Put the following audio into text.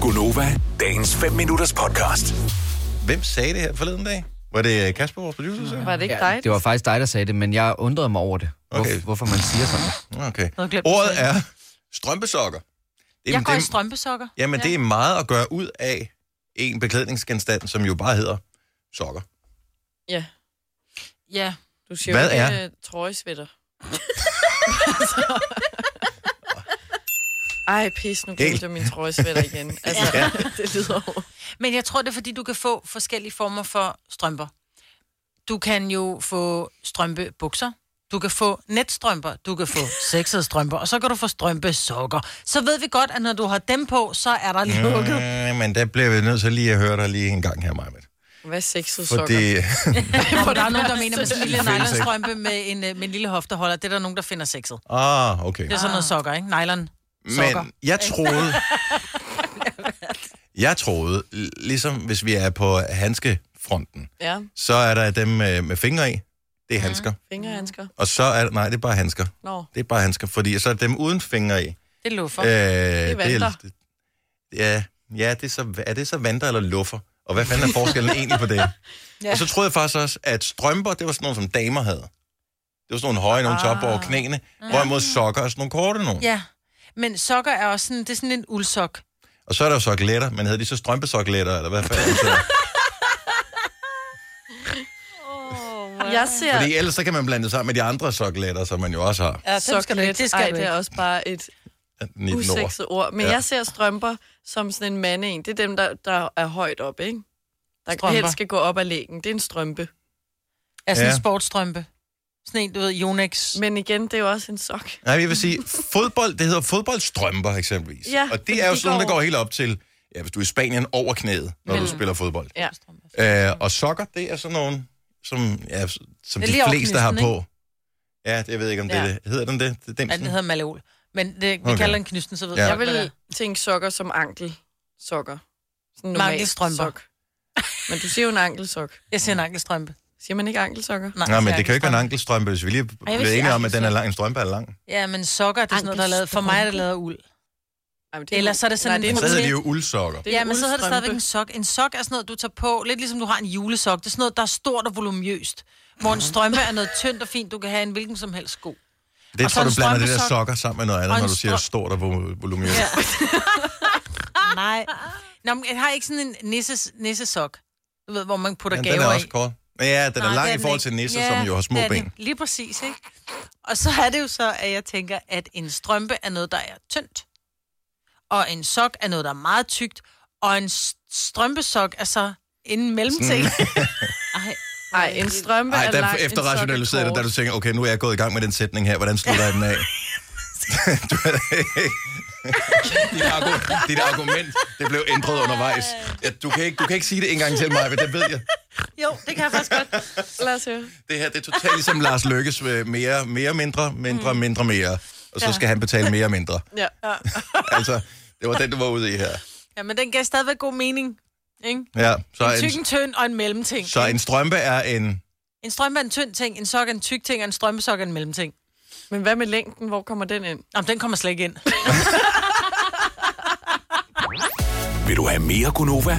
Gunova, dagens 5 minutters podcast. Hvem sagde det her forleden dag? Var det øh, Kasper, vores producer? så? Var det ikke dig? Det var faktisk dig, der sagde det, men jeg undrede mig over det. Hvorf, Okay. Hvorfor man siger sådan. Okay. havde glemt at Ordet sige er strømpesokker. Jamen, jeg går i det, strømpesokker. jamen det er meget at gøre ud af en beklædningsgenstand, som jo bare hedder sokker. Ja. Ja. Du siger Hvad Hvad ikke er- er? trøjesvætter. Ej, pis, nu Helt. glemte jeg min trøjesvætter igen. Altså, Ja. ja. det lyder over. Men jeg tror, det er, fordi du kan få forskellige former for strømper. Du kan jo få strømpebukser. Du kan få netstrømper, du kan få sexede strømper, og så kan du få strømpesokker. Så ved vi godt, at når du har dem på, så er der lukket. Mm, men der bliver vi nødt til lige at høre dig lige en gang her, Majmet. Hvad sexede sokker? Fordi Om der er nogen, der mener med sådan en lille nylonstrømpe med en, øh, med en lille hofteholder, det er der nogen, der finder sexet. Ah, okay. Det er sådan noget sokker, ikke? Nylon. sokker. Men jeg troede... jeg troede, ligesom hvis vi er på handskefronten, Ja, så er der dem øh, med, med fingre i. Det Mhm. er handsker. fingerhandsker. Og så er der... Nej, det er bare handsker. Nå, Det er bare handsker, fordi så er dem uden fingre i. Det luffer. Øh, Øh. det vanter. det- Ja, ja det er, så, er det så vanter eller luffer? Og hvad fanden er forskellen egentlig på det? ja. Ja. Og så troede jeg faktisk også, at strømper, det var sådan nogle, som damer havde. Det var sådan nogle høje, nogle ah. top over knæene. Hvorimod sokker er sådan nogle korte nogle. Ja. Ja. Men sokker er også sådan, det er sådan en uldsok. Og så er der jo sokkeletter, men havde de så strømpesokletter, eller hvad fanden? Så- jeg ser... Fordi ellers så kan man blande det sammen med de andre sokkeletter, som man jo også har. Ja, Sok lidt. Ej, det er også bare et 19 år. usekset ord. Men Ja. ja. jeg ser strømper som sådan en mande en. Det er dem, der, der er højt op, ikke? Der strømper. Strømper. helst skal gå op ad lægen. Det er en strømpe. Er sådan Ja. en sportsstrømpe. Sådan en, du ved, Yonex. Men igen, det er jo også en sok. Nej, jeg vil sige, fodbold, det hedder fodboldstrømper eksempelvis. Ja, og fordi det er jo de sådan, der går- går helt op til, ja, hvis du er i Spanien, over knæet, når du spiller fodbold. Ja. Øh, og sokker, det er sådan nogle, som, ja, som Det er de lige over fleste har knisten, på. Ja, det, jeg ved ikke, om det er Ja. det. Hedder den det? det er Ja, den dimsen? hedder Maleol. Men det, vi Okay. okay. kalder den knysten, så ved Ja. ja. Jeg jeg, hvad det er. vil tænke sokker som ankelsokker. Sådan en normal Mankelstrømper. sok. Men du siger jo en ankelsok. Jeg siger en ankelstrømpe. Siger man ikke ankelsokker? Nej, Nej, jeg men siger det kan jo ikke være en ankelstrømpe, ankelstrømpe. hvis vi lige bliver jeg vil sige enige om, at den er ankelstrømpe. lang. En strømpe er lang. Ja, men sokker, det er sådan noget, der er lavet. For mig er det lavet af uld. Ej, men det Ellers så er det sådan Nej, det er en en Så hedder protein. de jo uldsokker. det er en Ja, men så hedder det uldstrømpe. stadigvæk en sok. En sok er sådan noget, du tager på, lidt ligesom du har en julesok. Det er sådan noget, der er stort og volumøst. Hvor en strømpe er noget tyndt og fint, du kan have en hvilken som helst sko. Det Og så tror du en blander det der strømpesok. sokker sammen med noget Og andet, en når du siger strøm- stort og vo- volumøst. Ja. Nej. Nå, men jeg har ikke sådan en nisses, nissesok. Du ved, hvor man putter Men gaver den er også i. kort. Men ja, den er Nej, det lang i den forhold ikke. til nisser, som jo har små det er det. ben. Lige præcis, ikke? Og så er det jo så, at jeg tænker, at en strømpe er noget, der er tyndt. Og en sok er noget, der er meget tykt. Og en s- strømpesok er så en mellemting. Ej, Nej, en strømpe Nej, er der langt, efter en sok er rationaliseret det, kort. da du tænker, okay, nu er jeg gået i gang med den sætning her, hvordan slutter jeg den af? Du er- dit, argu- dit argument, det blev ændret undervejs. Ja, du, kan ikke, du kan ikke sige det en gang til mig, men det ved jeg. jo, det kan jeg faktisk godt. Lad os høre. Det her, det er totalt ligesom Lars Lykkes øh, mere, mere, mindre, mindre, mindre, mere. Og så Ja. skal han betale mere, mindre. Mm. Ja. ja. Altså, det var den, du var ude i her. Ja, men den gav stadigvæk god mening. Ikke? Ja, så En tyk, en, en tynd og en mellemting. så en strømpe er en... En strømpe er en tynd ting, en sok er en tyk ting, og en strømpesok er en mellemting. Men hvad med længden? Hvor kommer den ind? Jamen, den kommer slet ikke ind. Vil du have mere Gunova?